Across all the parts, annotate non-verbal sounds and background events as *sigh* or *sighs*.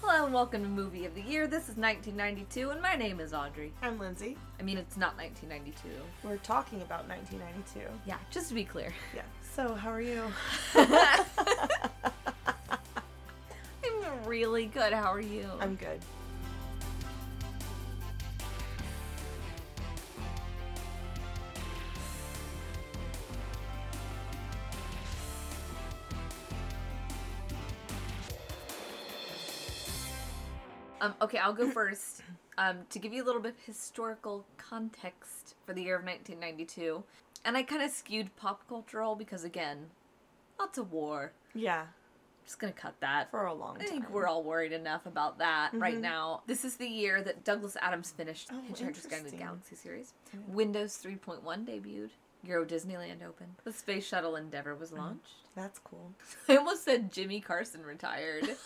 Hello and welcome to Movie of the Year. This is 1992 and my name is Audrey. I'm Lindsay. I mean, it's not 1992. We're talking about 1992. Yeah, just to be clear. *laughs* Yeah. So, how are you? I'm really good. How are you? I'm good. Um, okay, I'll go first. *laughs* Um, to give you a little bit of historical context for the year of 1992, and I kind of skewed pop cultural because, again, lots of war. Yeah, I'm just gonna cut that. for a long I time. Mm-hmm. think we're all worried enough about that right now. This is the year that Douglas Adams finished Oh, Hitchhiker's Guide to the interesting. Galaxy series. Yeah. Windows 3.1 debuted. Euro Disneyland opened. The space shuttle Endeavour was Uh-huh. launched. *laughs* That's *laughs* cool. I almost said Jimmy Carson retired, *laughs*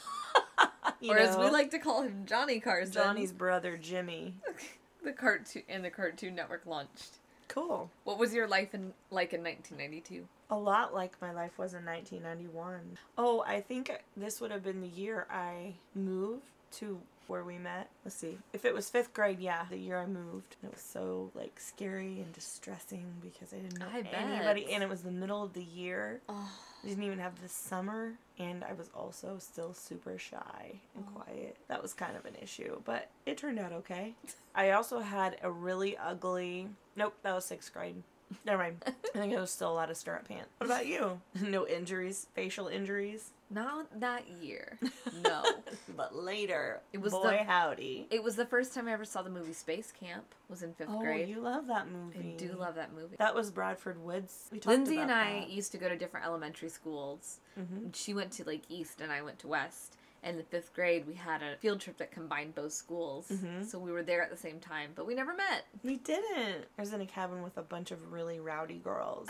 You or as we know, like to call him, Johnny Carson. Johnny's brother Jimmy. *laughs* the cartoon and the Cartoon Network launched. Cool. What was your life in like in 1992? A lot like my life was in 1991. Oh, I think this would have been the year I moved to where we met. Let's see. If it was fifth grade, yeah, the year I moved. It was so like scary and distressing because I didn't know I bet. anybody, and it was the middle of the year. Oh, I didn't even have the summer, and I was also still super shy and quiet. That was kind of an issue, but it turned out okay. I also had a really ugly. Nope, that was sixth grade. Never mind. I think it was still a lot of stirrup pants. What about you? No injuries, facial injuries, not that year. *laughs* *laughs* No, but later. It was boy the- howdy. it was the first time I ever saw the movie Space Camp. Was in fifth Oh, grade. you love that I movie. do love that movie. That was Bradford Woods. We talked Lindsay about and I e that. used to go to different elementary schools. Mhm. She went to like East and I went to West. And in fifth grade, we had a field trip that combined both schools. Mhm. So we were there at the same time, but we never met. We didn't. I was in a cabin with a bunch of really rowdy girls.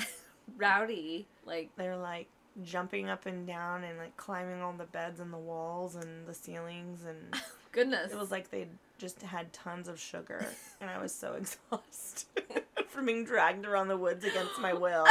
Rowdy, like, they're like jumping up and down and like climbing on the beds and the walls and the ceilings *laughs* and goodness. it was like they just had tons of sugar and i was *laughs* so *laughs* exhausted from being dragged around the woods against my will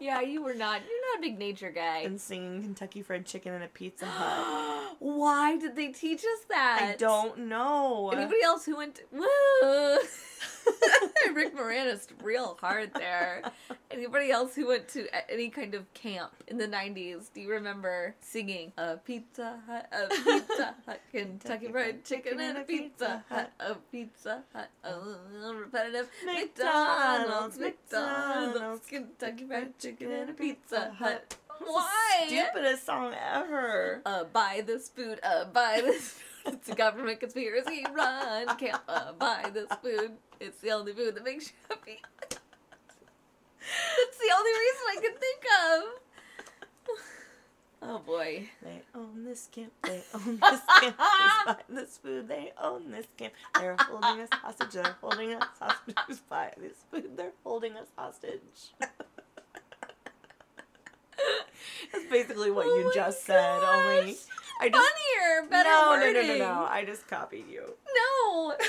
yeah, you were not, you're not a big nature guy. *gasps* and singing kentucky fried chicken in a pizza hut Why did they teach us that? i don't know Anybody else who went, *laughs* woo! *laughs* Rick Moranis, real hard there. Anybody else who went to a- any kind of camp in the 90s, do you remember singing a Pizza Hut, a Pizza Hut, *laughs* Kentucky Fried Chicken and a Pizza Hut, a Pizza Hut, a repetitive McDonald's, McDonald's, Kentucky Fried Chicken and a Pizza Hut. *laughs* Why? stupidest song *laughs* ever Uh, buy this food. Uh, buy this food. *laughs* It's a government conspiracy. Run, camp. Uh, buy this food. It's the only food that makes you happy. *laughs* That's the only reason I can think of. Oh boy. They own this camp. They own *laughs* this camp. They spy this food. They own this camp. They're holding us hostage. They're holding us hostage. *laughs* They spy this food. They're holding us hostage. *laughs* That's basically what Oh you my just said. Only gosh. I just Funnier, better no, no, no, wording. no, no. I just copied *laughs* you. no. *laughs*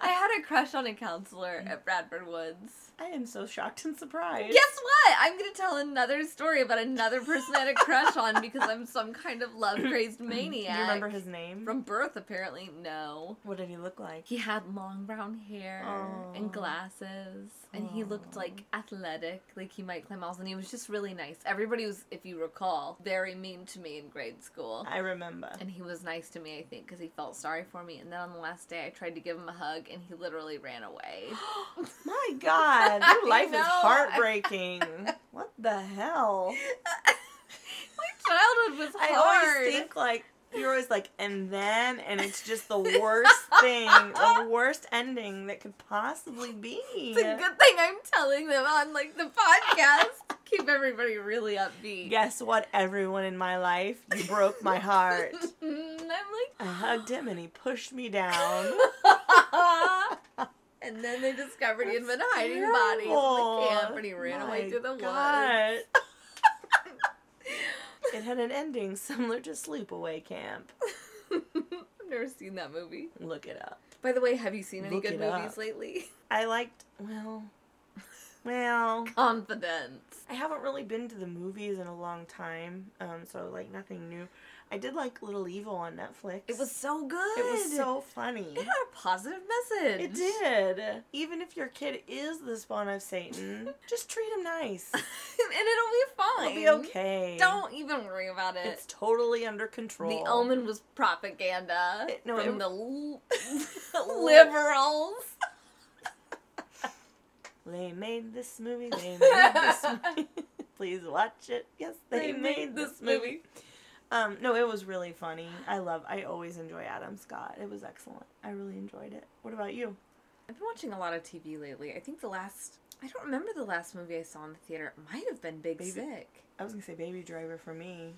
I had a crush on a counselor at Bradford Woods. I am so shocked and surprised. Guess what? I'm gonna tell another story about another person I had a crush on because I'm some kind of love crazed Do maniac. you remember his name? From birth, apparently, no. what did he look like? He had long brown hair Aw. and glasses, and he looked Aw. like athletic, like he might climb mountains, and he was just really nice. Everybody was, if you recall, very mean to me in grade school. I remember. And he was nice to me, I think, because he felt sorry for me. And then on the last day, I tried to give him a hug, and he literally ran *gasps* away. *laughs* My God, I your life know. is *laughs* heartbreaking. what the hell? My childhood was I hard. always think like you're always like, and then, and it's *laughs* just the worst thing, the worst ending that could possibly be. it's uh, a good thing I'm telling them on like the podcast. Keep everybody really upbeat. Guess what, everyone in my life, you broke my heart. and *laughs* I'm like, I hugged him and he pushed me down. *laughs* and then they discovered he had been hiding Terrible. bodies in the camp and he ran My away through the woods. God. *laughs* it had an ending similar to Sleepaway Camp. *laughs* I've never seen that movie. Look it up. By the way, have you seen any Look good it movies up. lately? *laughs* I liked, well, well. Confidence. I haven't really been to the movies in a long time, um, so like nothing new. I did like Little Evil on Netflix. It was so good. It was so funny. It had a positive message. It did. Even if your kid is the spawn of Satan, *laughs* just treat him nice. *laughs* and it'll It'll be fine. be okay. Don't even worry about it. It's totally under control. The Omen was propaganda It- no, from it- the l- *laughs* *laughs* liberals. They made this movie. *laughs* They made this movie. *laughs* Please watch it. Yes, they, made, this movie. Um, no, it was really funny. I love. I always enjoy Adam Scott. It was excellent. I really enjoyed it. What about you? I've been watching a lot of TV lately. I think the last I don't remember the last movie I saw in the theater. It might have been Big Baby- Sick. I was gonna say Baby Driver for me.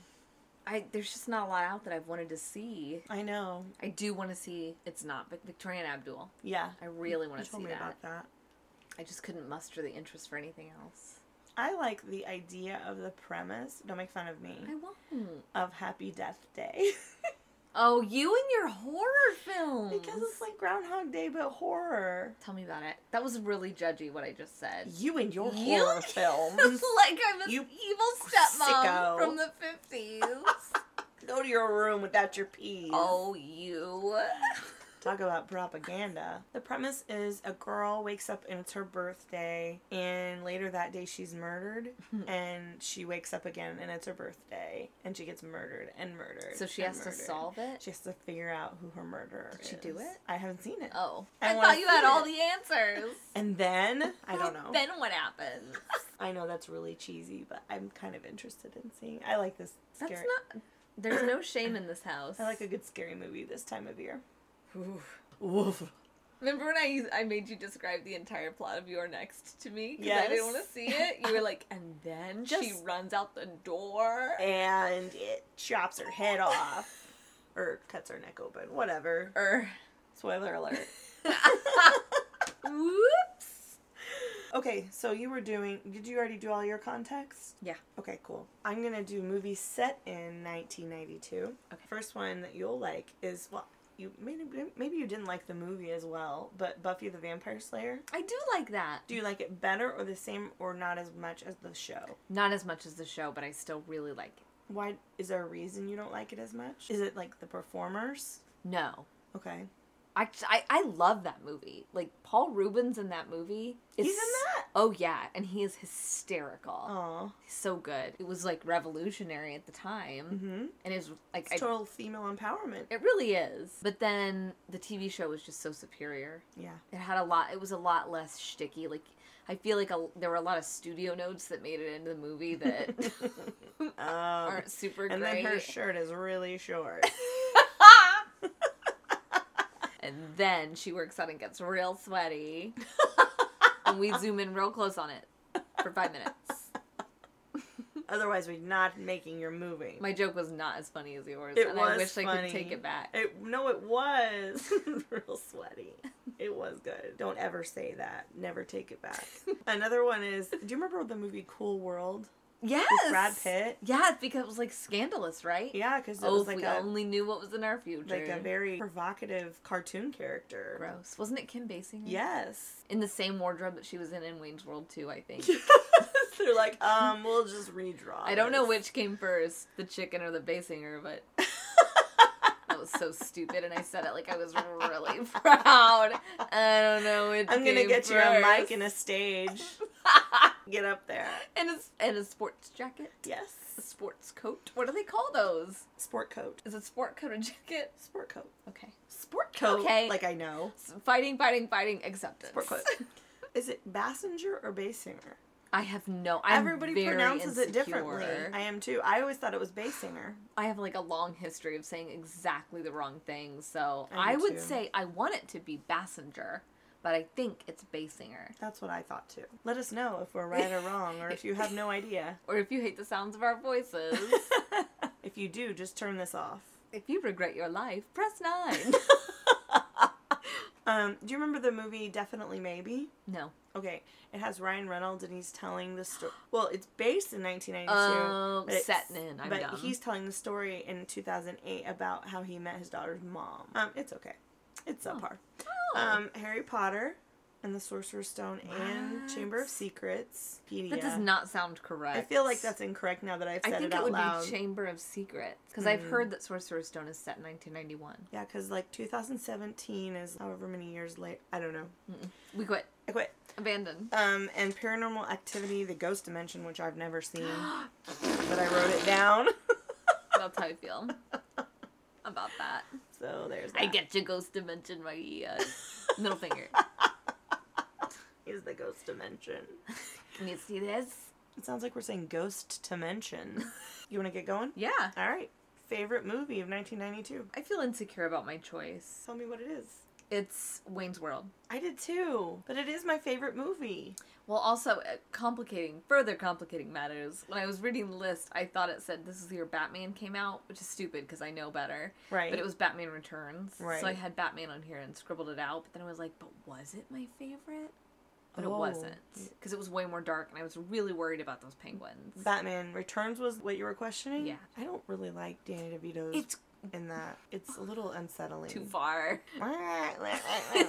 I there's just not a lot out that I've wanted to see. I know. I do want to see It's Not Vic- Victoria and Abdul. Yeah. I really You want to told see me that. about that. I just couldn't muster the interest for anything else. I like the idea of the premise. Don't make fun of me. I won't. Of Happy Death Day *laughs* Oh, you and your horror films. because it's like Groundhog Day but horror. Tell me about it. That was really judgy what I just said. You and your You- horror *laughs* films. like I'm an You evil stepmom sicko. from the *laughs* 50s. *laughs* Go to your room without your peas. oh, you. Talk about propaganda. The premise is a girl wakes up and it's her birthday, and later that day she's *laughs* murdered, and she wakes up again and it's her birthday, and she gets murdered and murdered. So she and has to murdered. solve it? She has to figure out who her murderer Did is. she do it? I haven't seen it. Oh. I I, wanna thought you had see all it. the answers. And then *laughs* I don't Well, know. Then what happened? *laughs* I know that's really cheesy, but I'm kind of interested in seeing. I like this That's scary. not. There's no shame in this house. I like a good scary movie this time of year. Oof. Woof. Remember when I used, I made you describe the entire plot of Your Next to me because I Yes. didn't want to see it. You were like, and then she Just- runs out the door, and it chops her head off or cuts her neck open. Whatever. *laughs* or Spoiler alert. *laughs* whoops. Okay, so you were doing. Did you already do all your context? Yeah. Okay, cool. I'm gonna do movies set in 1992. Okay. First one that you'll like is well, you maybe maybe you didn't like the movie as well, but Buffy the Vampire Slayer. I do like that. Do you like it better or the same or not as much as the show? Not as much as the show, but I still really like it. Why is there a reason you don't like it as much? Is it like the performers? No. Okay. I, I, I love that movie. Like, Paul Rubens in that movie. He's in that? Oh. Oh, yeah. And he is hysterical. Aw. He's so good. It was, like, revolutionary at the time. Mm-hmm. And it was, like, It's I, total female empowerment. it really is. But then the TV show was just so superior. Yeah. It had a lot, it was a lot less shticky. Like, I feel like a, there were a lot of studio notes that made it into the movie *laughs* that *laughs* Um, aren't super and great. then her shirt is really short. and then she works out and gets real *laughs* sweaty. and we zoom in real close on it for five minutes. Otherwise, we're not making your movie. My joke was not as funny as yours, It and was I wish I funny. could take it back. It, no, it was *laughs* real sweaty. It was good. Don't ever say that. Never take *laughs* it back. Another one is. Do you remember the movie Cool World? Yes, Brad Pitt? Yeah, it's because it was like scandalous, right? Yeah, because it Oh, was if like we a only knew what was in our future. like a very provocative cartoon character. gross. Wasn't it Kim Basinger? *laughs* Yes. *laughs* In the same wardrobe that she was in in Wayne's World too, I think. They're like, um, we'll just redraw. I don't know this. which came first, the chicken or the Basinger, but that was so stupid, and I said it like I was really *laughs* proud. I don't know which. *laughs* I'm gonna came get you a mic first. and a stage. Get up there. *laughs* and a s- and a sports jacket, Yes. a sports coat. What do they call those? Sport coat. Is it sport coat or jacket? Sport coat. Okay. Sport coat. Okay. Like I know. S- Fighting, fighting, fighting. Acceptance. Sport coat. Is it Bassinger or Bassinger? *laughs* I have no. I'm Everybody very pronounces it insecure. differently. I am too. I always thought it was Bassinger. I have like a long history of saying exactly the wrong thing, so I I, do would too. say I want it to be Bassinger, but I think it's Bassinger. That's what I thought too. Let us know if we're right or wrong, or if you have *laughs* no idea. Or if you hate the sounds of our *laughs* voices, if you do, just turn this off. *laughs* if you regret your life, press *laughs* nine. Um, do you remember the movie Definitely Maybe? no. Okay, it has Ryan Reynolds and he's telling the story. Well, it's based in 1992. Oh, but it's- Setnin. I'm but dumb. he's telling the story in 2008 about how he met his daughter's mom. Um, it's okay. It's Oh. subpar. Oh. Um, Harry Potter. and the Sorcerer's Stone and What? Chamber of Secrets. Pedia. That does not sound correct. I feel like that's incorrect now that I've I said think it it, Hmm. out would loud. be Chamber of Secrets because I've heard that Sorcerer's Stone is set in 1991. yeah, because like 2017 is however many years late. I don't know. We quit. I quit. Abandon. Um, and Paranormal Activity: The Ghost Dimension, which I've never seen, *gasps* but I wrote it down. *laughs* That's how I *laughs* feel about that. so there's. That. I get you, Ghost Dimension, my *laughs* uh, middle *laughs* finger. is the Ghost Dimension. Can you see this? It sounds like we're saying Ghost *laughs* Dimension. you want to get going? Yeah. All right. Favorite movie of 1992. I feel insecure about my choice. Tell me what it is. It's Wayne's World. I did too, but it is my favorite movie. Well, also uh, complicating, further complicating matters. When I was reading the list, I thought it said this is the year Batman came out, which is stupid because I know better. Right. But it was Batman Returns. Right. So I had Batman on here and scribbled it out. But then I was like, but was it my favorite? But it Oh. wasn't because it was way more dark, and I was really worried about those penguins. Batman Returns was what you were questioning. Yeah. I don't really like Danny DeVito's it's in that. It's a little unsettling. *laughs* too far. Uh.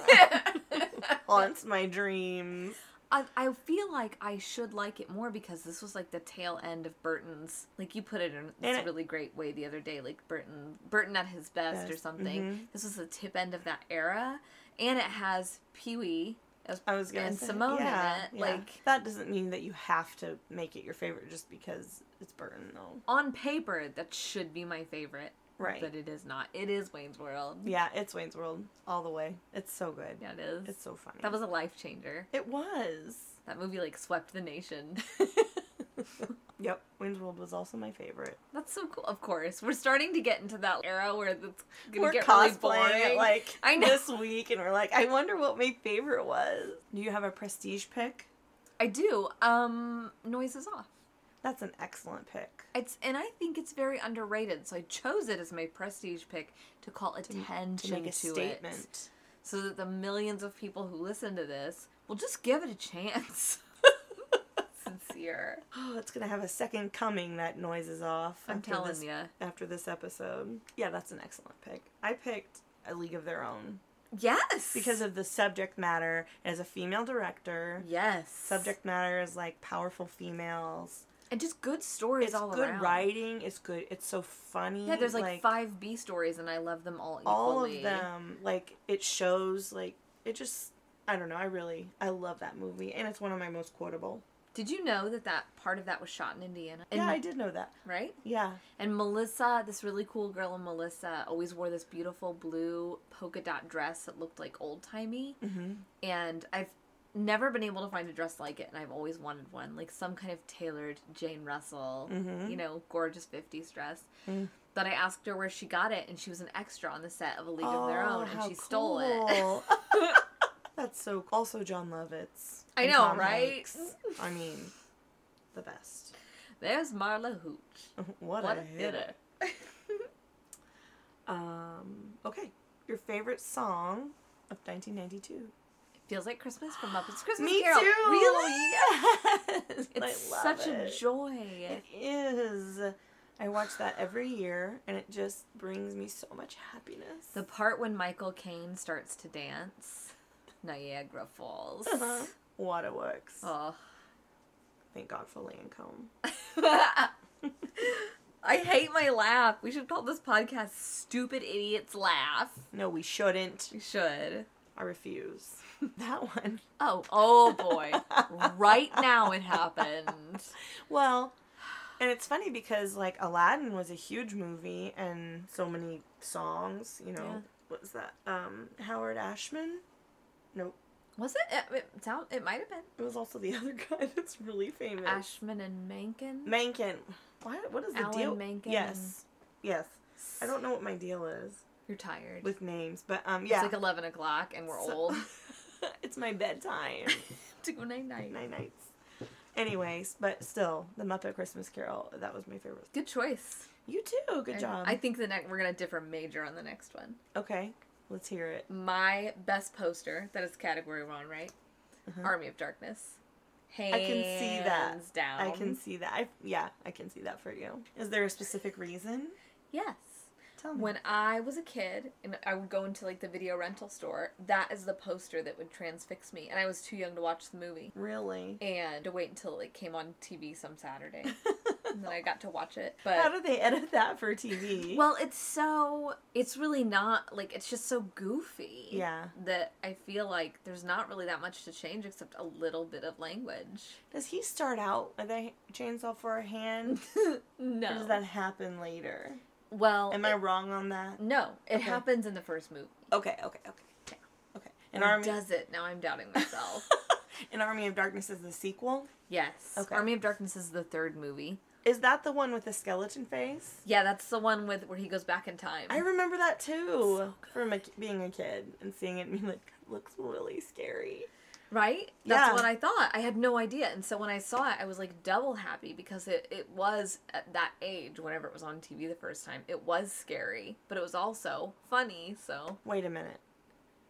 *laughs* Haunts my dreams. I, I feel like I should like it more because this was like the tail end of Burton's. Like you put it in And this it- really great way the other day, like Burton Burton at his best, or Best, something. mhm. This was the tip end of that era, and it has Pee Wee as I was gonna and say, Simone yeah, in it. yeah. Like that doesn't mean that you have to make it your favorite just because it's Burton though. on paper, that should be my favorite, Right. but it is not. It is Wayne's World. Yeah, it's Wayne's World all the way. It's so good. Yeah, it is. It's so funny. that was a life changer. it was. That movie like swept the nation. *laughs* Yep, Wayne's World was also my favorite. That's so cool. Of course, we're starting to get into that era where it's gonna we're get really cosplaying boring. it, like I know. this week, and we're like, I wonder what my favorite was. Do you have a prestige pick? I do. Um, noise is off. That's an excellent pick. It's and I think it's very underrated. So I chose it as my prestige pick to call attention to, To make a it, statement. *laughs* so that the millions of people who listen to this will just give it a chance. *laughs* *laughs* Sincere. Oh, it's gonna have a second coming. That noise is off. I'm after telling this- ya. After this episode, yeah, that's an excellent pick. I picked A League of Their Own Yes. because of the subject matter. As a female director, yes subject matter is like powerful females. and just good stories It's all good around. writing. It's good. It's so funny. Yeah, there's like, five B stories, and I love them all equally. all of them like it shows like it just i don't know i really i love that movie and it's one of my most quotable Did you know that that part of that was shot in Indiana? And, yeah i did know that Right. yeah And Melissa, this really cool girl in Melissa, always wore this beautiful blue polka dot dress that looked like old timey. mm-hmm. And I've never been able to find a dress like it, and I've always wanted one, like some kind of tailored Jane Russell, Mhm. you know, gorgeous '50s dress. Mm. But I asked her where she got it, and she was an extra on the set of A League of Their Own, and she stole it. Oh, *laughs* that's so also john lovitz I and know, Tom right? Hanks. i mean the best *laughs* *laughs* There's Marla Hooch. what, What a a hitter *laughs* um okay your favorite song of 1992 Feels like Christmas from Muppets Christmas me Carol. too Really? *laughs* yes It's I love such it. a joy. It is. I watch that every year, and it just brings me so much happiness. The part when Michael Caine starts to dance, Niagara Falls. Uh-huh. Waterworks. Oh. Thank God for Lancome. *laughs* I hate my laugh. We should call this podcast Stupid Idiots Laugh. No, we shouldn't. We should. I refuse. *laughs* that one. Oh, oh boy. right now it happened. Well, and it's funny because like Aladdin was a huge movie, and so many songs. You know, Yeah. what was that? Um, Howard Ashman. Nope. Was it? It, it, sound, it might have been. It was also the *laughs* other guy that's really famous. Ashman and Mankin? Menken. What? What is the Alan deal? Menken Yes. Yes. I don't know what my deal is You're tired. with names, but um, yeah. It's like 11 o'clock and we're So- *laughs* old. it's my bedtime. *laughs* to go night night. Night nights. Anyways, but still, the Muppet Christmas Carol. That was my favorite. Good choice. You too. Good And job. I think the next we're gonna differ major on the next one. okay, let's hear it. My best poster, that is category one, right? Uh-huh. Army of Darkness. Hands I can see that. Down. I can see that. I, yeah, I can see that for you. Is there a specific reason? Yes. Tell me. When I was a kid and I would go into like the video rental store, that is the poster that would transfix me. And I was too young to watch the movie *laughs* really? and to wait until it came on TV some Saturday. and then How I got to watch it. But do they edit that for TV? well, it's so it's really not like it's just so goofy. yeah. That I feel like there's not really that much to change except a little bit of language. Does he start out with a chainsaw for a hand? Or no. does that happen later? well, Am I it- Mm-hmm. wrong on that? no, it Okay. happens in the first movie. Okay, okay, okay. Yeah. Okay. An Or Army does it? Now I'm *laughs* doubting myself. An Army of Darkness is the sequel. Yes. Okay. Army of Darkness is the third movie. Is that the one with the skeleton face? Yeah, that's the one with where he goes back in time. I remember that too So from a, being a kid and seeing it and being like, looks really scary. right? That's Yeah. what I thought. I had no idea. And so when I saw it, I was like double happy because it, it was at that age, whenever it was on TV the first time, it was scary, but it was also funny. So Wait a minute.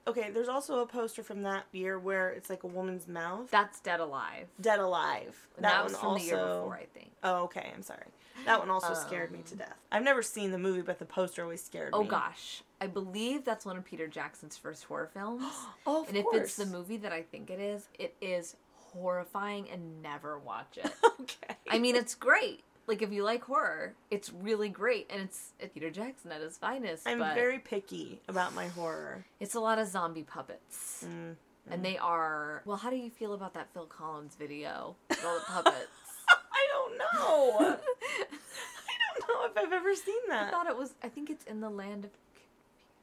Okay, there's also a poster from that year where it's like a woman's mouth. that's Dead Alive. Dead Alive. And that was from the year before, I think. Oh, okay. I'm sorry. That one also scared me to Um, death. I've never seen the movie, but the poster always scared Oh me. gosh. I believe that's one of Peter Jackson's first horror *gasps* films. *gasps* *gasps* Oh, of and if it's course. the movie that I think it is, it is horrifying and never watch it. *laughs* okay. I mean, it's great. Like if you like horror, it's really great, and it's it's Peter Jackson at his finest. I'm but very picky about my horror. It's a lot of zombie puppets, Mm. and they are. Well, how do you feel about that Phil Collins video? With all the *laughs* puppets. I don't *laughs* know. I I don't know if I've ever seen that. thought it was. *laughs* I think it's in the land of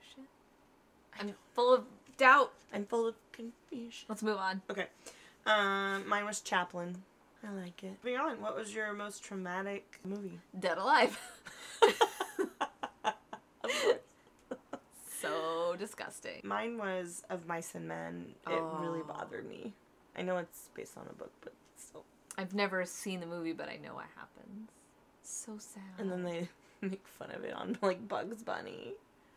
confusion. I'm full of doubt. I'm full of confusion. Let's move on. Okay. Um, mine was Chaplin. I like it. Moving on. What was your most traumatic *laughs* movie? Dead alive. *laughs* Of course. so disgusting. Mine was Of Mice and Men. It really Oh. bothered me. I know it's based on a book, but still. I've never seen the movie, but I know what happens. So sad. And then they *laughs* make fun of it on like Bugs Bunny.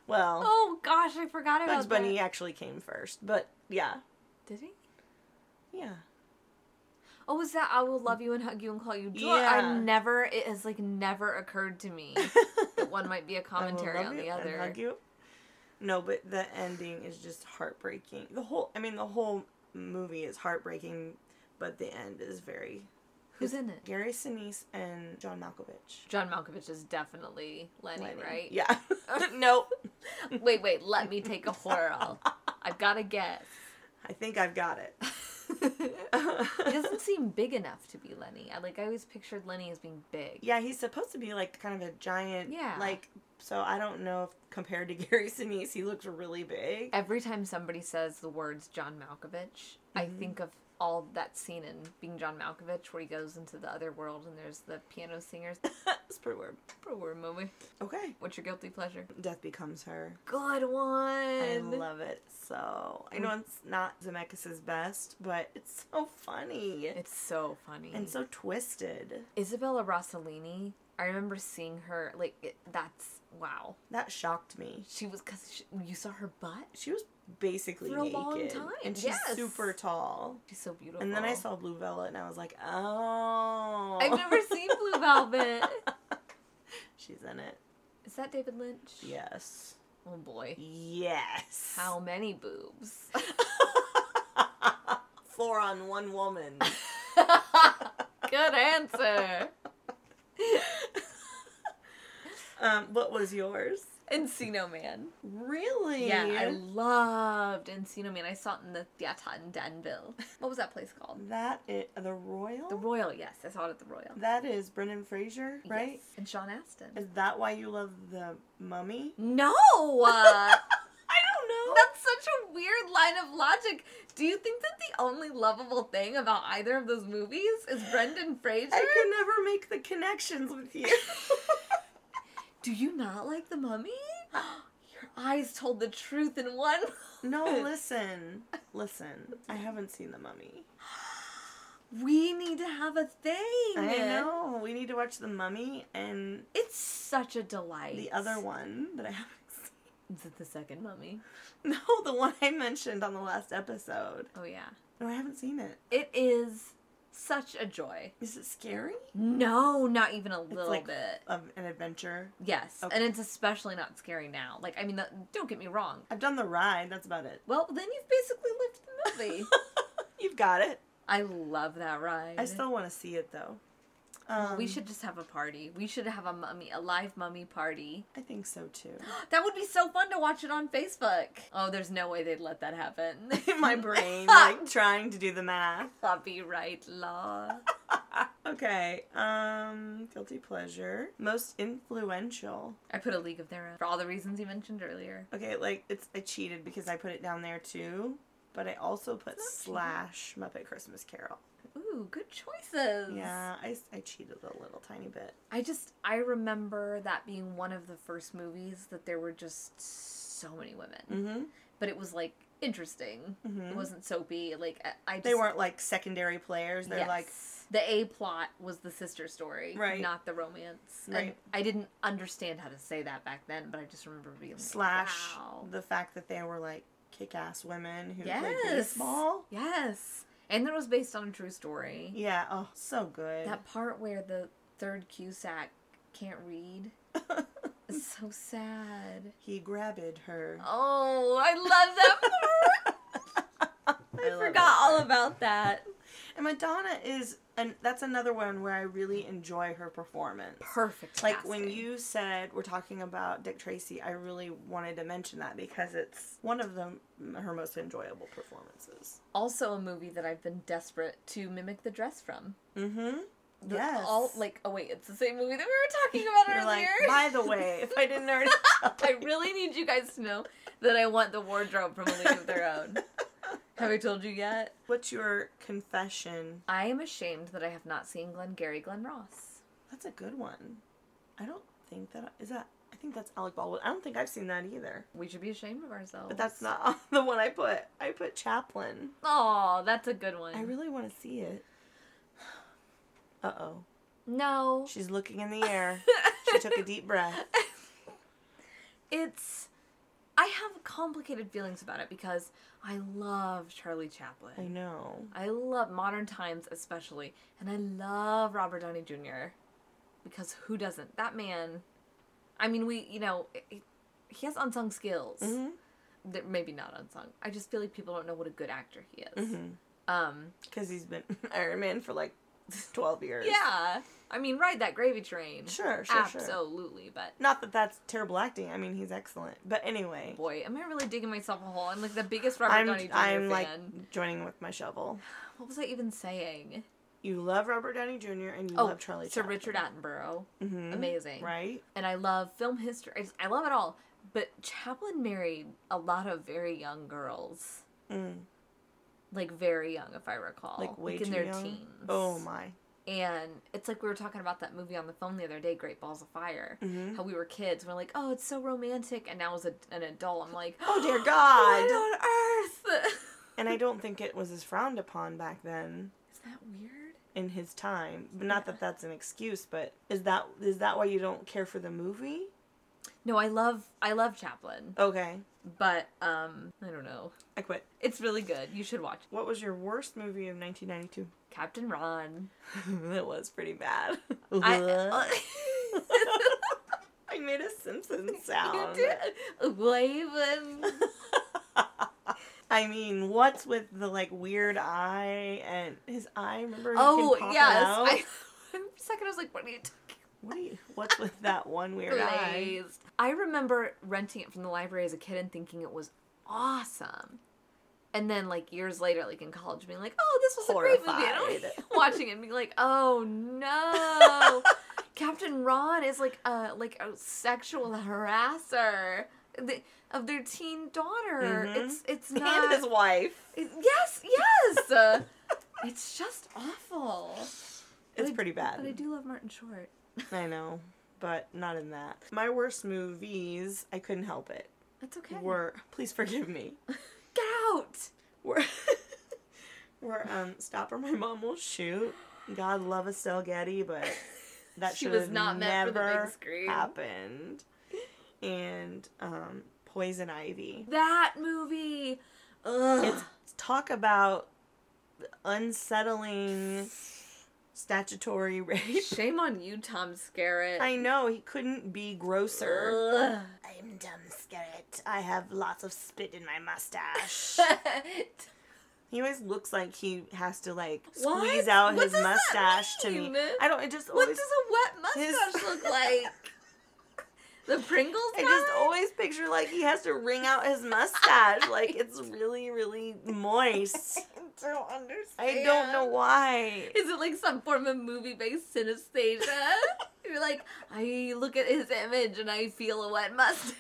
Well, Oh gosh, I forgot about Bugs Bunny That. actually came first, but yeah, Did he? yeah. Oh, was that I will love you and hug you and call you joy? Yeah. I never. It has like never occurred to *laughs* me that one might be a commentary on the other. No, but the ending is just heartbreaking. The whole, I mean, the whole movie is heartbreaking, but the end is very. Who's in it? Gary Sinise and John Malkovich. John Malkovich is definitely Lenny, Lenny. right? *laughs* Yeah. *laughs* nope. Wait, wait. Let me *laughs* take a whirl. I've got to guess. I think I've *laughs* got it. he doesn't seem big enough to be Lenny. I like. I always pictured Lenny as being big. Yeah, he's supposed to be like kind of a giant. Yeah. Like, so I don't know if compared to *laughs* Gary Sinise, he looks really big. *laughs* Every time somebody says the words John Malkovich, I Mhm. think of all that scene in Being John Malkovich where he goes into the other world and there's the piano singers. it's pretty weird. Horror movie. Okay. What's your guilty pleasure? Death becomes her. Good one. I love it so. I Mm. know it's not Zemeckis' best, but it's *laughs* so funny It's so funny. and so twisted. Isabella Rossellini. I remember seeing her like it, that's wow. That shocked me. She was because she, you saw her butt. She was basically For a naked, long time, and she's yes. super tall. She's so beautiful. And then I saw Blue Velvet, and I was like, oh. *laughs* I've never seen Blue Velvet. *laughs* she's in it. Is that David Lynch? Yes. Oh boy. Yes. How many boobs? *laughs* Four on one woman. *laughs* Good answer. um, what was yours? Encino Man. Really? Yeah, I loved Encino Man. I saw it in the theater in Danville. What was that place called? that it the Royal. The Royal. Yes, I saw it at the Royal. that is Brendan Fraser, right? Yes, And Sean Astin. Is that why you love the Mummy? *laughs* No! *laughs* uh, I don't know. that's such a weird line of logic. Do you think that the only lovable thing about either of those movies is Brendan Fraser? I can never make the connections with you. Do you not like The Mummy? *gasps* Your eyes told the truth in one. Uh, *laughs* no, listen, listen. I haven't seen the Mummy. We need to have a thing. I know. We need to watch the Mummy and It's such a delight. the other one that I haven't *laughs* seen. Is it the second mummy? No, the one I mentioned on the last episode. Oh yeah. No, I haven't seen it. It is such a joy. Is it scary? No, not even a Mm. It's little like bit. Of an adventure. Yes, Okay. and it's especially not scary now. Like, I mean, that, don't get me wrong. I've done the ride. That's about it. Well, then you've basically lived the movie. *laughs* You've got it. I love that ride. I still want to see it though. Um, we should just have a party. We should have a mummy, a live mummy party. *gasps* I think so too. *laughs* That would be so fun to watch it on Facebook. Oh, there's no way they'd let that *laughs* happen. *laughs* My brain, like trying to do the math. Copyright law. okay. Um, guilty pleasure. Most influential. I put a league of their own for all the reasons you mentioned earlier. Okay, like it's I cheated because I put it down there too, but I also put It's not slash Muppet Christmas Carol. Ooh, good choices. Yeah, I, s- I cheated a little tiny bit. I just I remember that being one of the first movies that there were just so many women, Mm-hmm. but it was like interesting. Mhm. It wasn't soapy. Like I- I just, They weren't like secondary players. They're like Yes. the A plot was the sister story, Right. Not the romance. And Right. I didn't understand how to say that back then, but I just remember being like, slash wow. the fact that they were like kick ass women who played Yes. baseball. Yes, and that was based on a true story. Yeah. Oh, so good. That part where the third Cusack can't *laughs* read is so sad. he grabbed her. Oh, I love that *laughs* part. I, forgot all about that. And Madonna is, and that's another one where I really enjoy her performance. Perfect. Like when casting. you said we're talking about Dick Tracy, I really wanted to mention that because it's one of the her most enjoyable performances. also a movie that I've been desperate to mimic the dress from. Mm-hmm. The- yes. All like oh wait, it's the same movie that we were talking about You're like, earlier. *laughs* by the way, if I didn't already, I really need you guys to know that I want the wardrobe from A League of Their Own. *laughs* Have I told you yet? what's your confession? I am ashamed that I have not seen Glengarry Glen Ross. That's a good one. I don't think that is that. I think that's Alec Baldwin. I don't think I've seen that either. We should be ashamed of ourselves. But that's not *laughs* the one I put. I put Chaplin. Oh, that's a good one. I really want to see *sighs* it. Uh oh. no. She's *laughs* looking in the air. She took a deep breath. it's I have complicated feelings about it because I love Charlie Chaplin. I know. I love modern times especially, and I love Robert Downey Jr. because who doesn't? That man, I mean, we you know he- he has unsung skills. Mhm. That- Maybe not unsung. I just feel like people don't know what a good actor he is. Mhm. Um, Because he's been *laughs* Iron Man for like *laughs* 12 years. yeah, I mean, ride that gravy train. Sure, sure, sure. absolutely. But Not that that's terrible acting. I mean, he's excellent. But anyway, boy, am I really digging myself a hole? I'm like the biggest Robert I'm, Downey Jr. I'm fan. like joining with my shovel. What was I even saying? You love Robert Downey Jr. and you love Charlie Oh, Sir Richard Attenborough, Mhm. amazing, Right? and I love film history. I, just, I love it all. But Chaplin married a lot of very young girls, Mm. like very young, if I recall, Like way in too their young. teens. Oh my. And it's like we were talking about that movie on the phone the other day, Great Balls of Fire. Mhm. How we were kids, we're like, oh, it's so romantic, and now as a, an adult, I'm like, Oh *gasps* dear God. what on earth? *laughs* and I don't think it was as frowned upon back then. Is that weird? in his time. But not that that's an excuse, but is that is that why you don't care for the movie? No, I love I love Chaplin, Okay, but um, I don't know. I quit. It's really good. You should watch it. What was your worst movie of 1992? Captain Ron. *laughs* that was pretty bad. I, *laughs* I, *laughs* made a *laughs* Simpson You sound. did. Wave and *laughs* I mean, what's with the like weird eye and his eye? Remember? he can oh pop it yes, out? I, *laughs* for a second I was like, what are you talking What do you, what's with that one weird *laughs* eye? about? I remember renting it from the library as a kid and thinking it was awesome, and then like years later, like in college, being like, oh, this was a great movie. And Horrified. I'm watching it and being like, oh no, *laughs* Captain Ron is like a like a sexual harasser. The, of their teen daughter, Mhm. it's it's not And his wife. It- Yes, yes. *laughs* Uh, it's just awful. It's I- pretty bad. But I do love Martin Short. I know, but not in that. My worst movies, I couldn't help it. That's okay. Were please forgive me. Get out. Were *laughs* were um stop or my mom will shoot. God love Estelle Getty, but that She should was have not meant never for the big screen. happened. And um, Poison Ivy. That movie. Ugh. It's talk about unsettling statutory *laughs* rape. Shame on you, Tom Skerritt. I know he couldn't be grosser. Ugh. I'm dumb scaret. I have lots of spit in my *laughs* mustache. he always looks like he has to like What? squeeze out What his does that mustache to me. mean? I don't. It just what always. does a wet His- mustache *laughs* look like? The Pringles I guy? just always picture like he has to wring out his mustache. like it's really, really *laughs* moist. don't understand. I don't *laughs* know why. Is it like some form of movie based synesthesia? You're like, I look at his image and I feel a wet mustache.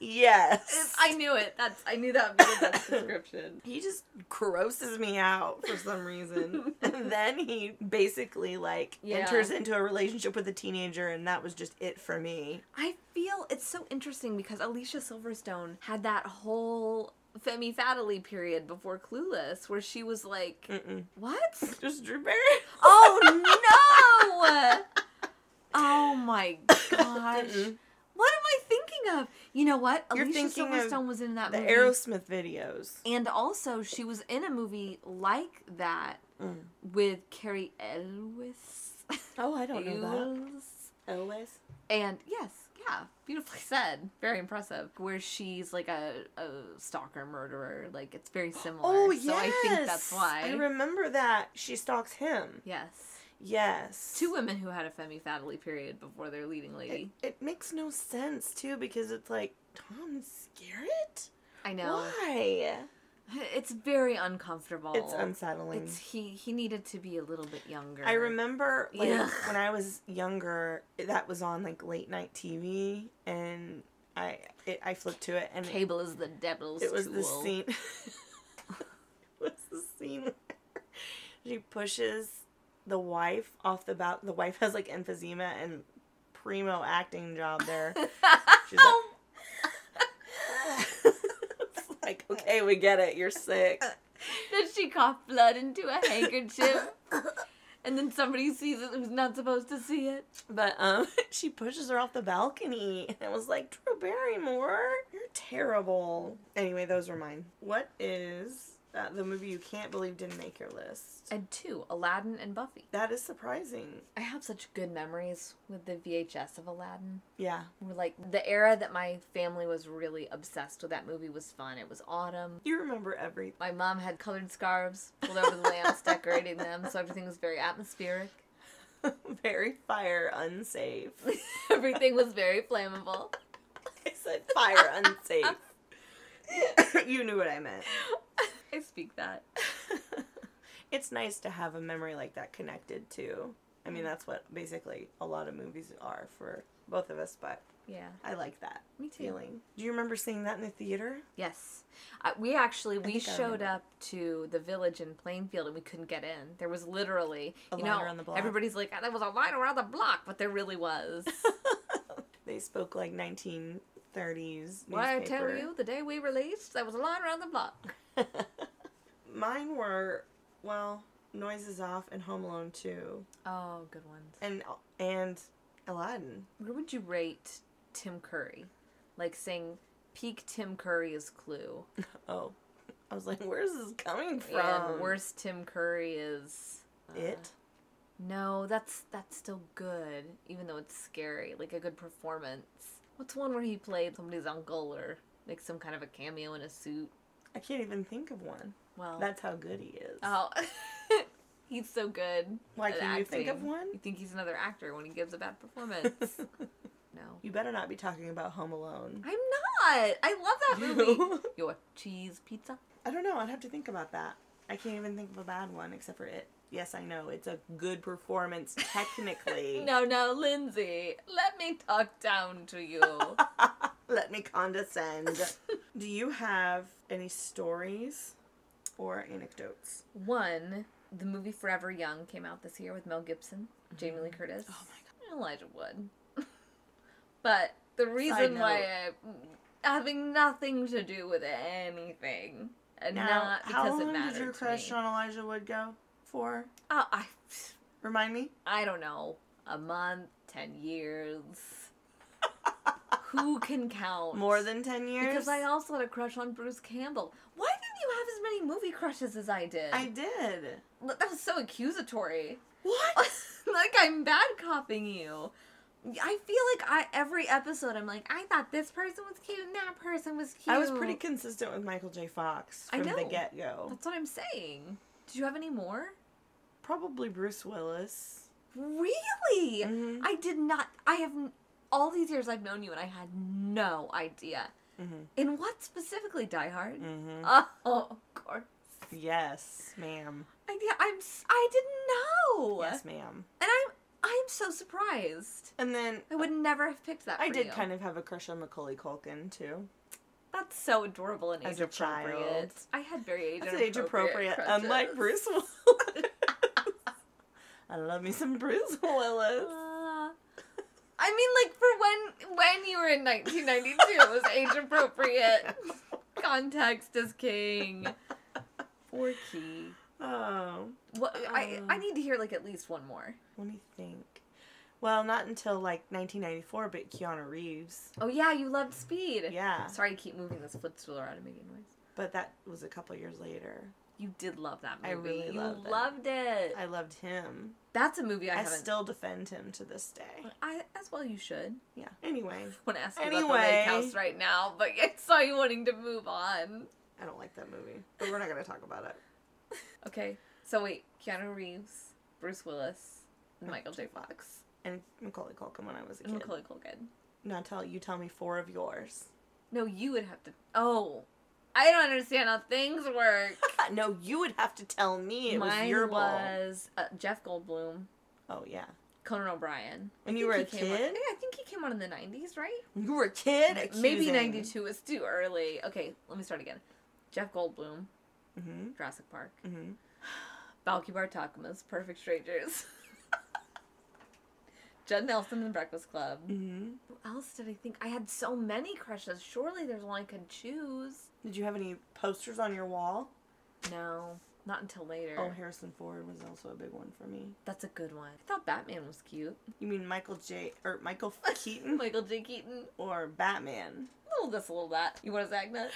Yes. I knew it. That's I knew that would be the best description. he just grosses me out for *laughs* some reason. and then he basically like Yeah. enters into a relationship with a teenager and that was just it for me. I feel it's so interesting because Alicia Silverstone had that whole Femi Fatally period before Clueless where she was like, Mm-mm. What? Just Drew Barry. Oh, Oh no! Oh my gosh. Mm-mm. What am I thinking of? You know what? You're Alicia thinking of Silverstone was in that The movie. Aerosmith videos. And also, she was in a movie like that Mm. with Carrie Elwes. Oh, I don't know that. Elwes? Always. *laughs* And yes, yeah, beautifully said. Very impressive. Where she's like a, a stalker murderer. Like, it's very similar. Oh yes. So I think that's why. I remember that she stalks him. yes. Yes. Two women who had a Femi Fatally period before their leading It, lady. it makes no sense too because it's like Tom Skerritt. I know. Why? It's very uncomfortable. It's unsettling. Oh, It's- he he needed to be a little bit younger. I remember like Ugh. when I was younger, that was on like late night TV, and I it, I flipped to it and it, Cable is the devil's it was the tool. *laughs* scene. *laughs* it was the scene where she pushes the wife off the balcony. The wife has like emphysema and primo acting job there. She's Oh. like, *laughs* It's like okay, we get it. You're sick. Then she coughed blood into a handkerchief, *laughs* and then somebody sees it who's not supposed to see it. But um, *laughs* she pushes her off the balcony, and it was like Drew Barrymore, you're terrible. Anyway, those were mine. What is uh, the movie you can't believe didn't make your list? And two, Aladdin and Buffy. That is surprising. I have such good memories with the VHS of Aladdin. Yeah, We're like the era that my family was really obsessed with that movie was fun. It was autumn. you remember everything. My mom had colored scarves pulled over the lamps, decorating them, so everything was very atmospheric. *laughs* *laughs* Very fire unsafe. *laughs* everything was very flammable. I said fire unsafe. *laughs* you knew what I meant. *laughs* I speak that. it's nice to have a memory like that connected to. I Mm. mean, that's what basically a lot of movies are for both of us, but Yeah, I like that. me too. feeling. Do you remember seeing that in the theater? Yes. Uh, we actually we think I showed remember. up to the village in Plainfield and we couldn't get in. There was literally A you line know around the block. everybody's like "Ah, there was a line around the block, but there really *laughs* was. they spoke like 1930s newspaper. What I tell you, the day we released, there was a line around the block. *laughs* Mine were well, Noises Off and Home Alone 2 Oh, good ones. and and Aladdin. Where would you rate Tim Curry? Like saying peak Tim Curry is Clue, Oh. I was like, where's this coming and from? worst Tim Curry is uh, it? No, that's that's still good, even though it's scary. Like a good performance. What's one where he played somebody's uncle or like some kind of a cameo in a suit? I can't even think of one. Well, That's how good he is. *laughs* oh, *laughs* he's so good. Why at can you think of acting. one? You think he's another actor when he gives a bad performance? no, *laughs* you better not be talking about Home Alone. I'm not. I love that movie. *laughs* Your cheese pizza. I don't know. I'd have to think about that. I can't even think of a bad one except for it. Yes, I know. It's a good *laughs* performance, technically. No, no, Lindsay, let me talk down to *laughs* you. *laughs* Let me condescend. *laughs* Do you have any stories or anecdotes? One, the movie Forever Young came out this year with Mel Gibson, Jamie Lee Curtis, Oh my and Elijah Wood. *laughs* but the reason note. why I, having nothing to do with anything, and Now, not how because long it mattered did your to crush me. on Elijah Wood go for? Oh, I, Remind me. I don't know, a month, ten years. Who can count *laughs* More than ten years. Because I also had a crush on Bruce Campbell. Why didn't you movie crushes as I did. I did. L- that was so accusatory. What? *laughs* like I'm bad copping you. I feel like I every episode I'm like I thought this person was cute and that person was cute. I was pretty consistent with Michael J. Fox I from the know. get go. That's what I'm saying. Did you have any more? Probably Bruce Willis. Really? Mhm. I did not. I have n- all these years I've known you, and I had no idea. Mhm. In what specifically, Die Hard? Mm-hmm. Oh, of course. Yes, ma'am. I, yeah, I'm. s- I didn't know. Yes, ma'am. And I'm. I'm so surprised. And then I would never have picked that. I for did you. kind of have a crush on Macaulay Culkin too. That's so adorable and As age a appropriate. child. I had very age That's appropriate. age appropriate, unlike crushes. *laughs* Bruce Willis. I love me some *laughs* Bruce Willis. Uh, I mean, like for when when you were in 1992, it was age *laughs* appropriate. Context is king. Four key. Oh, What I I Um. need to hear like at least one more. let me think. Well, not until like 1994, but Keanu Reeves. Oh yeah, you loved Speed. Yeah, Sorry to keep moving this foot stool around and making noise. but that was a couple years later. You did love that movie. I really you loved it. loved it. I loved him. That's a movie I, I, haven't. still defend him to this day. I as well you should. Yeah. Anyway, want to ask you about the lake Anyway. house right now, but I saw you wanting to move on. I don't like that movie, but we're not going to talk about it. Okay, so wait, Keanu Reeves, Bruce Willis, and Michael J. Fox, And Macaulay Culkin when I was a and kid. Macaulay Culkin. Now tell you tell me four of yours. *laughs* No, you would have to. Oh, I don't understand how things *laughs* work. no, you would have to tell me it Mine was your ball. was uh, Jeff Goldblum, Oh yeah. Conan O'Brien. When I you think he were a came out- kid? yeah, I think he came out in the '90s, right? When you were a kid. Maybe '92 is too early. Okay, let me start again. Jeff Goldblum, Mm-hmm. Jurassic Park, Mm-hmm. Balkibar Takama's Perfect Strangers. *laughs* Judd Nelson and Breakfast Club. Mm-hmm. Who else did I think? I had so many crushes. Surely there's one I could choose. Did you have any posters on your wall? No, not until later. Oh, Harrison Ford was also a big one for me. That's a good one. I thought Batman was cute. You mean Michael J. or Michael Keaton *laughs* Michael J. Keaton. or Batman? Little this, little that. You want a Zagna?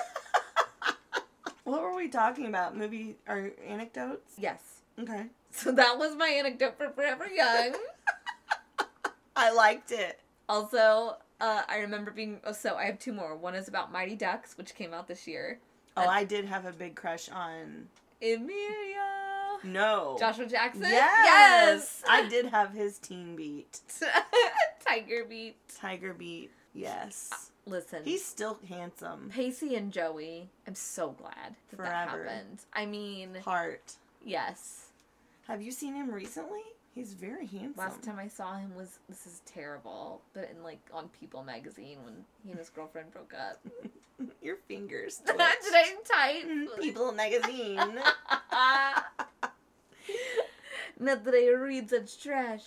*laughs* What were we talking about? Movie or anecdotes? *laughs* yes. Okay. So that was my anecdote for Forever Young. I liked it. also, uh, I remember being. Oh, so I have two more. One is about Mighty Ducks, which came out this year. Oh, And- I did have a big crush on Emilia. No. Joshua Jackson. Yes. Yes. I did have his team beat. *laughs* Tiger Beat. Tiger beat. Yes. Listen. He's still handsome. Pacey and Joey. I'm so glad that that Forever. happened. I mean, Heart. yes. Have you seen him recently? He's very handsome. Last time I saw him was this is terrible, but in like on People magazine when he and his girlfriend broke up. *laughs* Your fingers. Did twitched. I type? *laughs* Mm, People magazine. *laughs* *laughs* Not that I read such trash.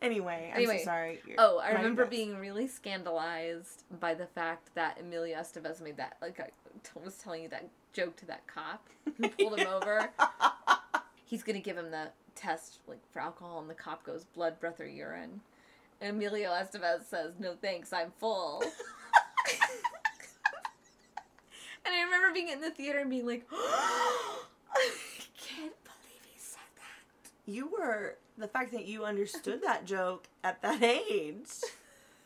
anyway, I'm Anyway. so sorry. You're- Oh, I Mighty remember Ducks. being really scandalized by the fact that Emilio Estevez made that like I t- was telling you that joke to that cop *laughs* who pulled him over. He's gonna give him the test like for alcohol, and the cop goes blood, breath, or urine. And Emilio Estevez says, "No thanks, I'm full." and I remember being in the theater and being like, "Oh, "I can't believe he said that." *gasps* you were the fact that you understood that joke at that age.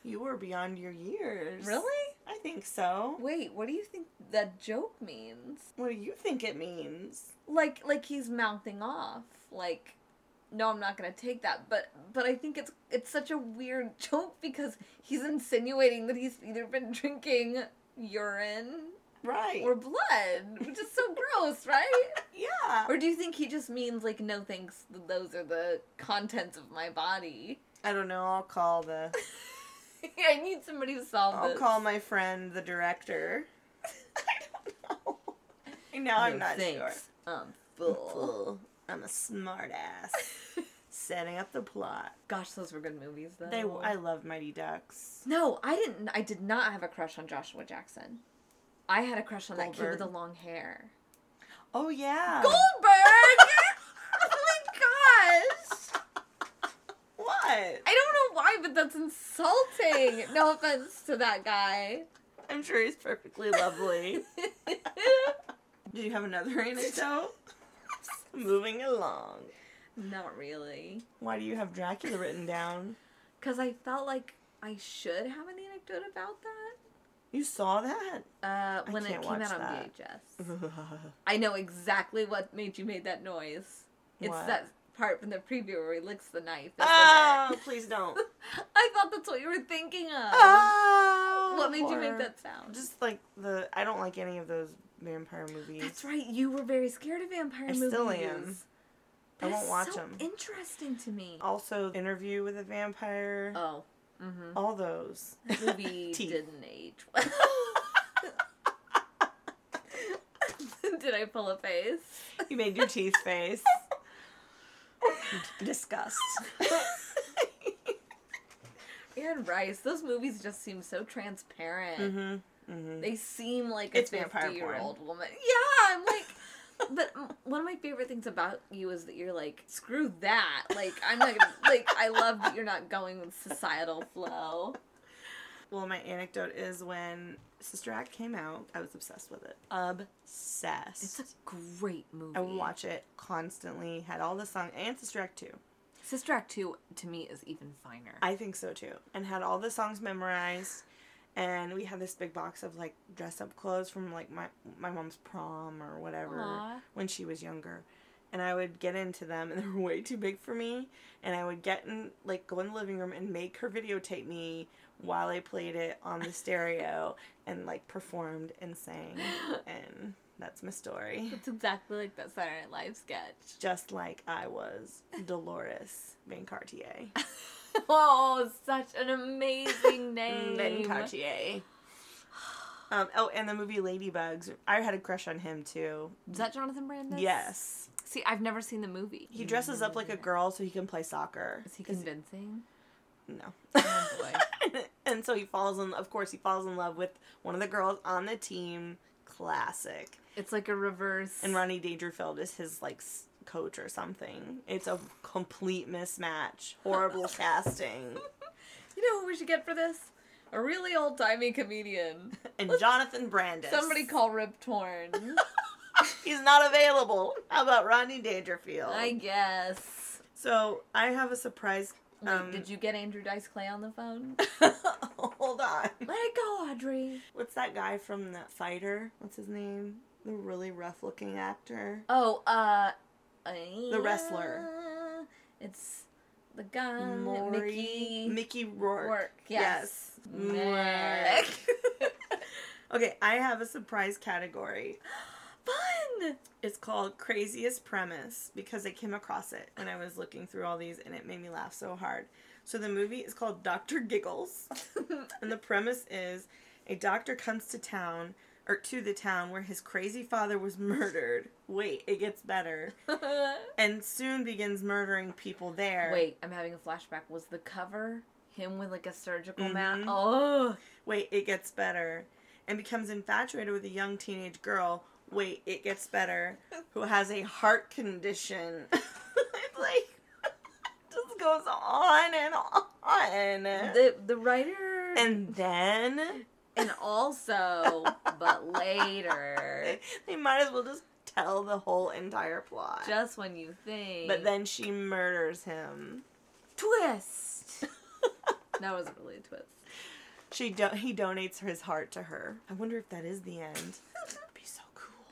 You were beyond your years. Really? I think so. Wait, what do you think that joke means? What do you think it means? like like he's mouthing off like no i'm not gonna take that but but i think it's it's such a weird *laughs* joke because he's insinuating that he's either been drinking urine Right. or blood which is so gross *laughs* right yeah. or do you think he just means like no thanks those are the contents of my body *laughs* I don't know. I'll call the. i need somebody to solve I'll this call my friend, the director. *laughs* I don't know. Now I'm not sure. um *laughs* Fool. I'm a smart ass. Setting up the plot. gosh those were good movies though They. I love Mighty Ducks. No, I didn't. I did not have a crush on Joshua Jackson. I had a crush on that kid with Goldberg. the long hair. Oh yeah. Goldberg! *laughs* oh my gosh! What? *laughs* I don't know why, but that's insulting. No offense to that guy. I'm sure he's *laughs* perfectly lovely. Do you have another *laughs* anecdote? Moving along. Not really. Why do you have Dracula written down? Because I felt like I should have an anecdote about that You saw that? uh, when it can't came watch out on that. Mm-hmm. VHS. I know exactly what made you made that noise. It's What? that part from the preview where he licks the knife. That's in oh, please don't. it. *laughs* I thought that's what you were thinking of. Oh, what made you make horror. that sound? Just like the I don't like any of those vampire movies. That's right. You were very scared of vampire I movies. still am. I That's won't watch Oh. so 'em. Interesting to me. Also, Interview with a Vampire. Oh, mm-hmm. all those. That movie *laughs* Teeth. didn't age well. *laughs* Did I pull a *laughs* face? *laughs* *laughs* You made your teeth face. Disgust. And Rice, those movies just seem so transparent. *laughs* mm-hmm. Mm-hmm. They seem like a It's vampire porn. fifty-year-old woman. Yeah, I'm like. *laughs* But m- one of my favorite things about you is that you're like, screw that. Like, I'm not gonna, like, I love that you're not going with societal flow. Well, my anecdote is when Sister Act came out, I was obsessed with it. Obsessed. It's a great movie. I would watch it constantly. Had all the songs and Sister Act two. Sister Act 2 to me is even finer. I think so too. And had all the songs memorized. And we had this big box of like dress up clothes from like my my mom's prom or whatever Aw. when she was younger. And I would get into them and *laughs* they were way too big for me. And I would get in like go in the living room and make her videotape me while I played it on the stereo and like performed and sang. And that's my story. it's exactly like that Saturday Night Live sketch. *laughs* Just like I was Dolores Van Cartier. Oh, such an *laughs* amazing name. Then Cartier. Um, oh, and the movie Ladybugs. I had a crush on him too. Is that Jonathan Brandis? Yes. See, I've never seen the movie. He dresses up like a girl so he can play soccer. Is he 'Cause- convincing? No. Oh, *laughs* and so he falls in, of course, he falls in love with one of the girls on the team. Classic. It's like a reverse. And Ronnie Dangerfield is his, like, s- coach or something. It's a complete mismatch. *laughs* Horrible casting. You know who we should get for this? A really old timey comedian. And Jonathan Brandis. Somebody call Rip Torn. He's not available. How about Ronnie Dangerfield? *laughs* I guess. So I have a surprise. Wait, Um, did you get Andrew Dice Clay on the phone? *laughs* Hold on. Let it go, Audrey. What's that guy from the fighter? What's his name? The really rough looking actor. Oh, uh, The wrestler. It's the guy that Maury- Um, Mickey Mickey Rourke. Rourke. Yes, Rourke. Mick. Okay, I have a surprise category. *laughs* Fun. It's called Craziest Premise because I came across it when I was looking through all these and it made me laugh so hard. So the movie is called Dr. Giggles. And the premise is a doctor comes to town or to the town where his crazy father was *laughs* murdered. Wait, it gets better. And soon begins murdering people there. *laughs* Wait, I'm having a flashback. Was the cover him with like a surgical mask? Mhm. Oh, Wait, it gets better. And becomes infatuated with a young teenage girl. Wait, it gets better. Who has a heart condition. *laughs* it's like *laughs* just goes on and on. the the writer and then *laughs* and also, but later, they, they might as well just tell the whole entire plot. just when you think. But then she murders him. *laughs* twist. that wasn't really a twist. She do- he donates his heart to her. I wonder if that is the end. That'd be so cool.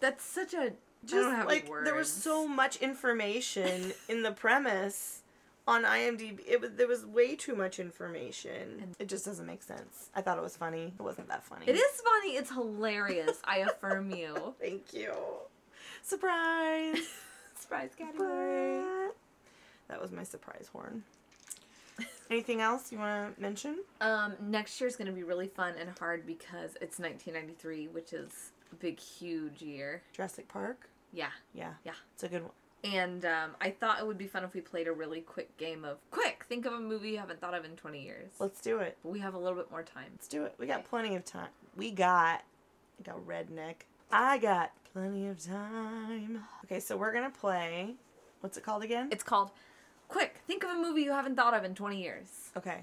That's such a. Just I don't have like any words. there was so much information in the premise on IMDb. It was there was way too much information. And- It just doesn't make sense. I thought it was funny. It wasn't that funny. It is funny. It's hilarious. I affirm you. Thank you. *laughs* Surprise. Surprise category. that was my surprise *laughs* horn. Anything else you want to mention? Um, next year's gonna be really fun and hard because it's 1993, which is a big, huge year. Jurassic Park. Yeah. Yeah. Yeah. It's a good one. And um, I thought it would be fun if we played a really quick game of quick. Think of a movie you haven't thought of in 20 years. Let's do it. But we have a little bit more time. Let's do it. We got plenty of time. We got I got redneck. I got plenty of time. Okay, so we're gonna play what's it called again? It's called Quick. Think of a movie you haven't thought of in 20 years. Okay.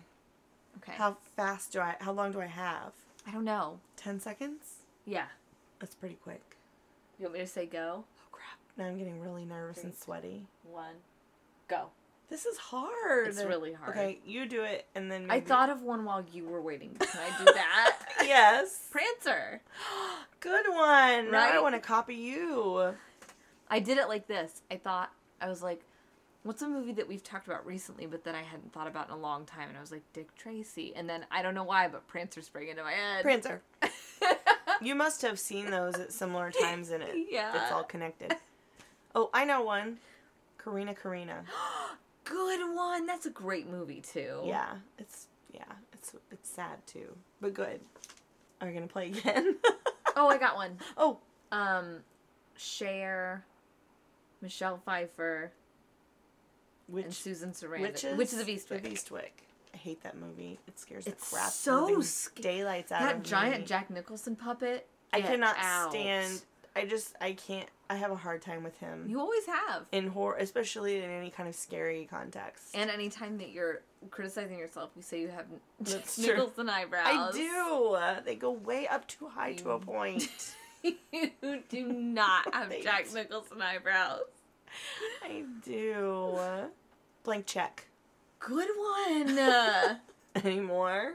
Okay. How fast do I how long do I have? I don't know. 10 seconds? Yeah. That's pretty quick. You want me to say go? Oh, crap. Now I'm getting really nervous and Great. sweaty. One. Go. This is hard. It's really hard. Okay, you do it and then. I maybe- thought of one while you were waiting. Can I do that? *laughs* yes. *laughs* Prancer. Good one. Now I Right? want to copy you. I did it like this. I thought I was like, what's a movie that we've talked about recently, but then I hadn't thought about in a long time, and I was like Dick Tracy, and then I don't know why, but Prancer sprang into my head. Prancer. You must have seen those *laughs* at similar times in it. Yeah. It's all connected. Oh, I know one. Karina Karina. *laughs* *gasps* good one. That's a great movie too. Yeah. It's yeah, it's it's sad too. But good. Are you gonna play again? *laughs* Oh, I got one. Oh, Um, Cher, Michelle Pfeiffer, which and Susan Sarandon. Witches, Witches of Eastwick. Of Eastwick. I hate that movie. It scares It's the crap so living sc- daylights out that of giant me. Jack Nicholson puppet. I Get cannot out. stand. I just I can't. I have a hard time with him You always have. in horror, especially in any kind of scary context. And anytime that you're criticizing yourself, you say you have n- *laughs* That's true. Nicholson eyebrows. I do. They go way up too high to a You- point. *laughs* you do *laughs* not have Thanks. Jack Nicholson eyebrows. I do. Blank check. Good one. *laughs* Uh, Anymore?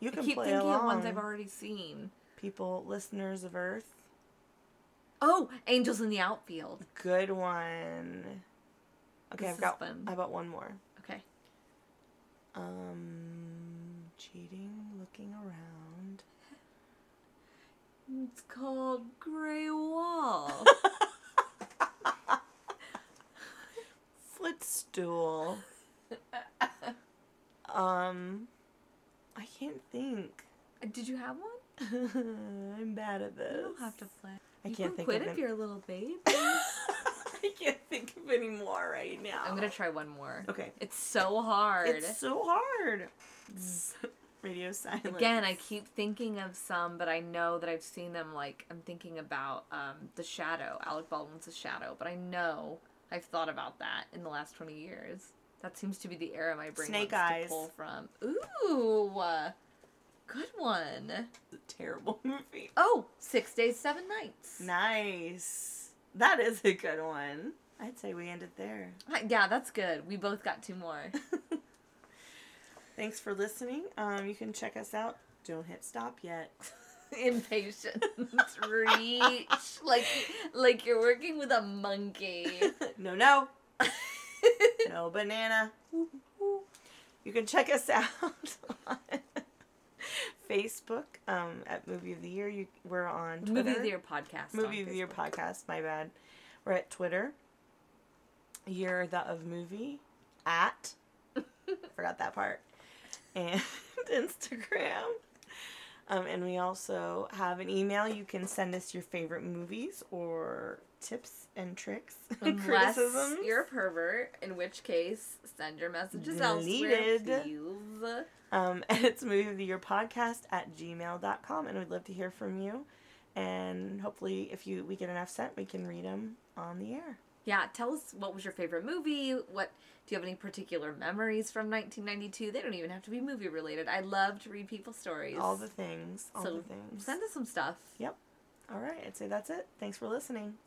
You I *laughs* can keep play thinking along. of ones I've already seen. People, listeners of Earth. Oh, Angels in the Outfield. Good one. Okay, This I've is got fun. I've got one more. Okay. Um, cheating, *laughs* looking around. Hmm. It's called Grey *laughs* Wall. Footstool. Um, I can't think. *laughs* Did you have one? *laughs* I'm bad at this. You don't have to play. I you can't can think quit of if it. you're *laughs* a little babe. *laughs* I can't think of any more right now. I'm gonna try one more. Okay. It's so hard. Mm. It's so hard. *laughs* Radio silence. Again, I keep thinking of some, but I know that I've seen them. Like I'm thinking about um, the Shadow, Alec Baldwin's The Shadow, but I know I've thought about that in the last twenty years. That seems to be the era my brain Snake wants Eyes. to pull from. Ooh, uh, good one. It's a *laughs* terrible movie. Oh, Six Days, Seven Nights. Nice. That is a good one. I'd say we end it there. Hi- Yeah, that's good. We both got two more. Thanks for listening. Um, you can check us out. Don't hit stop yet. *laughs* Impatient reach, like like you're working with a monkey. no, no, no banana. You can check us *laughs* out on Facebook um, at Movie of the Year. You, we're on Twitter. Movie of the Year podcast. on Movie of the Year Facebook. podcast. My bad. We're at Twitter. Year the of movie at. *laughs* forgot that part. And *laughs* Instagram. Um, and we also have an email. You can send us your favorite movies or tips and tricks and Unless criticisms. you're a pervert, in which case, send your messages elsewhere, Deleted. please. Um, *laughs* and it's movie of the year podcast at gmail.com. And we'd love to hear from you. And hopefully, if you we get enough sent, we can read them on the air. Yeah, tell us what was your favorite movie. What do you have any particular memories from 1992? They don't even have to be movie related. I love to read people's stories. All the things. All so the things. send us some stuff. All right. I'd say that's it. Thanks for listening.